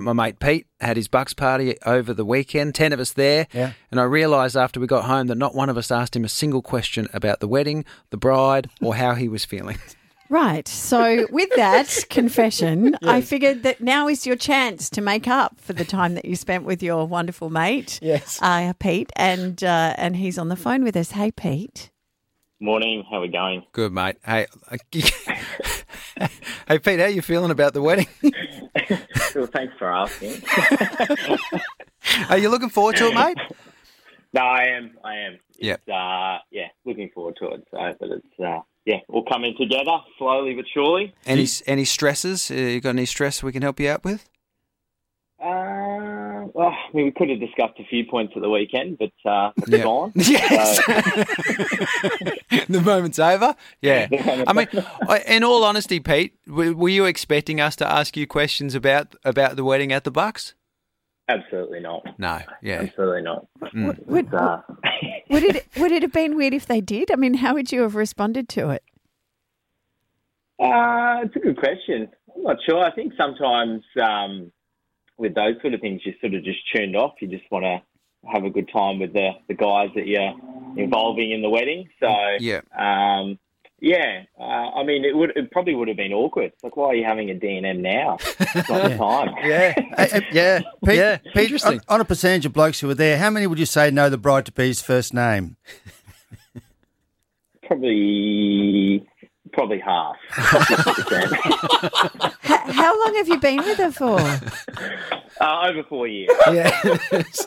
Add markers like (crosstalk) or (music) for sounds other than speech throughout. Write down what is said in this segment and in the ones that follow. my mate Pete had his Bucks party over the weekend, 10 of us there. Yeah. And I realised after we got home that not one of us asked him a single question about the wedding, the bride, or how he was feeling. Right. So, with that confession, I figured that now is your chance to make up for the time that you spent with your wonderful mate, Yes. uh, (laughs) Pete, and uh, and he's on the phone with us. Hey, Pete. Morning, how are we going? (laughs) Good, mate. Hey, (laughs) hey Pete, how you feeling about the wedding? (laughs) Well, thanks for asking. Are you looking forward to it, mate? no, I am. I am. Yep. It's, uh, yeah, looking forward to it. So, but it's uh, yeah, all coming together slowly but surely. Any, any stresses? Uh, you got any stress we can help you out with? Uh, well, I mean, we could have discussed a few points at the weekend, but uh, it's Yeah. (laughs) gone. Yes. the moment's over. (laughs) Yeah. I mean, I, in all honesty, Pete, were, were you expecting us to ask you questions about about the wedding at the Bucks? Absolutely not. No. Yeah. Absolutely not. Would, would, Uh, (laughs) would it would it have been weird if they did? I mean, how would you have responded to it? Uh, it's a good question. I'm not sure. I think sometimes um, with those sort of things, you're sort of just tuned off. You just want to have a good time with the, the guys that you're involving in the wedding. So, Yeah. Um, yeah, uh, I mean, it would it probably would have been awkward. Like, why are you having a D&M now? It's not the time. Yeah. Uh, uh, (laughs) yeah. Pete- yeah. Pete, Interesting. On, on a percentage of blokes who were there, how many would you say know the bride to be's first name? (laughs) Probably, probably half. H- how long have you been with her for? uh, over four years. yeah.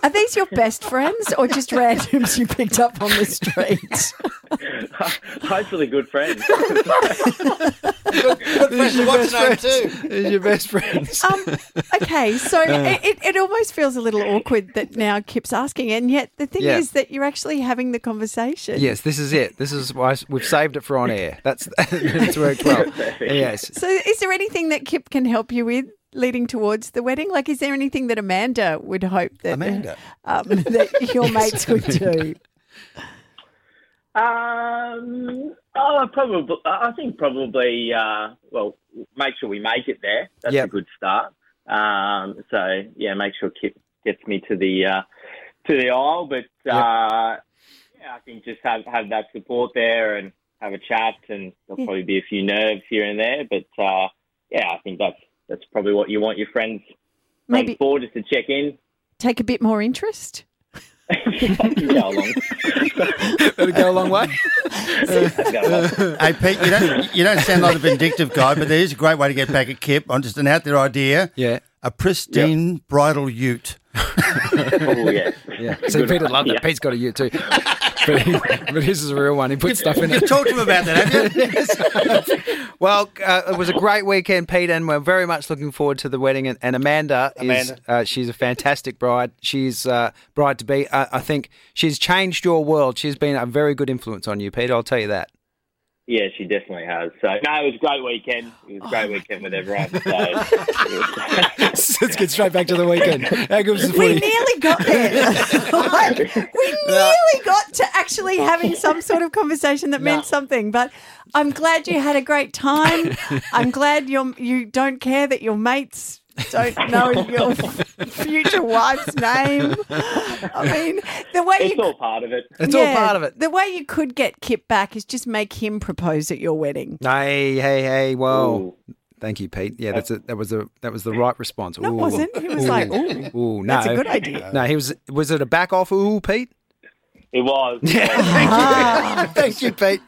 Are these your best friends or just randoms you picked up on the street? Hopefully good friends. Who's your What's best her name friends? Who's your best (laughs) friends? Um, okay, so it, it, it almost feels a little awkward that now Kip's asking, and yet the thing Yeah. is that you're actually having the conversation. Yes, this is it. This is why s- we've saved it for on air. That's (laughs) it's worked well. Yes. So, is there anything that Kip can help you with leading towards the wedding? Like, is there anything that Amanda would hope that Amanda. um, (laughs) that your mates would do? Um, oh, probably. I think probably. Uh, well, make sure we make it there. That's Yep. a good start. Um, so yeah, make sure Kip gets me to the uh, to the aisle. But uh, yeah, I think just have have that support there and have a chat, and there'll Yeah. probably be a few nerves here and there. But uh, yeah, I think that's that's probably what you want your friends Maybe- maybe for just to check in. (laughs) Take a bit more interest. yeah, along. (laughs) It'll go a long way. Go along. hey, Pete, you don't, you don't sound like a vindictive guy, but there is a great way to get back at Kip on just an out there idea. Yeah. A pristine bridal ute. Oh, yeah. (laughs) Yeah. See, Pete would love that. Yeah. Pete's got a U too. (laughs) But, he, but his is a real one. He put stuff (laughs) in You it. talk to him about that, have you? Well, uh, it was a great weekend, Pete, and we're very much looking forward to the wedding. And, and Amanda, Amanda. is uh, she's a fantastic bride. She's uh, bride to be. Uh, I think she's changed your world. She's been a very good influence on you, Pete. I'll tell you (laughs) that. Yeah, she definitely has. So no, it was a great weekend. It was a great weekend with everyone. So (laughs) Let's get (laughs) straight back to the weekend. How good was the We footy? nearly got there. like, we nearly got to actually having some sort of conversation that meant something. But I'm glad you had a great (laughs) time. I'm glad you you don't care that your mates don't know (laughs) your future wife's name. I mean, the way it's you. all part of it. It's all Yeah, part of it. The way you could get Kip back is just make him propose at your wedding. Hey, hey, hey! Whoa! Ooh. Thank you, Pete. Yeah, that's a, that was a that was the right response. No, it Ooh. wasn't. He was like, ooh. Ooh, no, That's a good idea. No, he was. Was it a back off? Ooh, Pete. It was. Yeah, (laughs) thank you. thank you, Pete.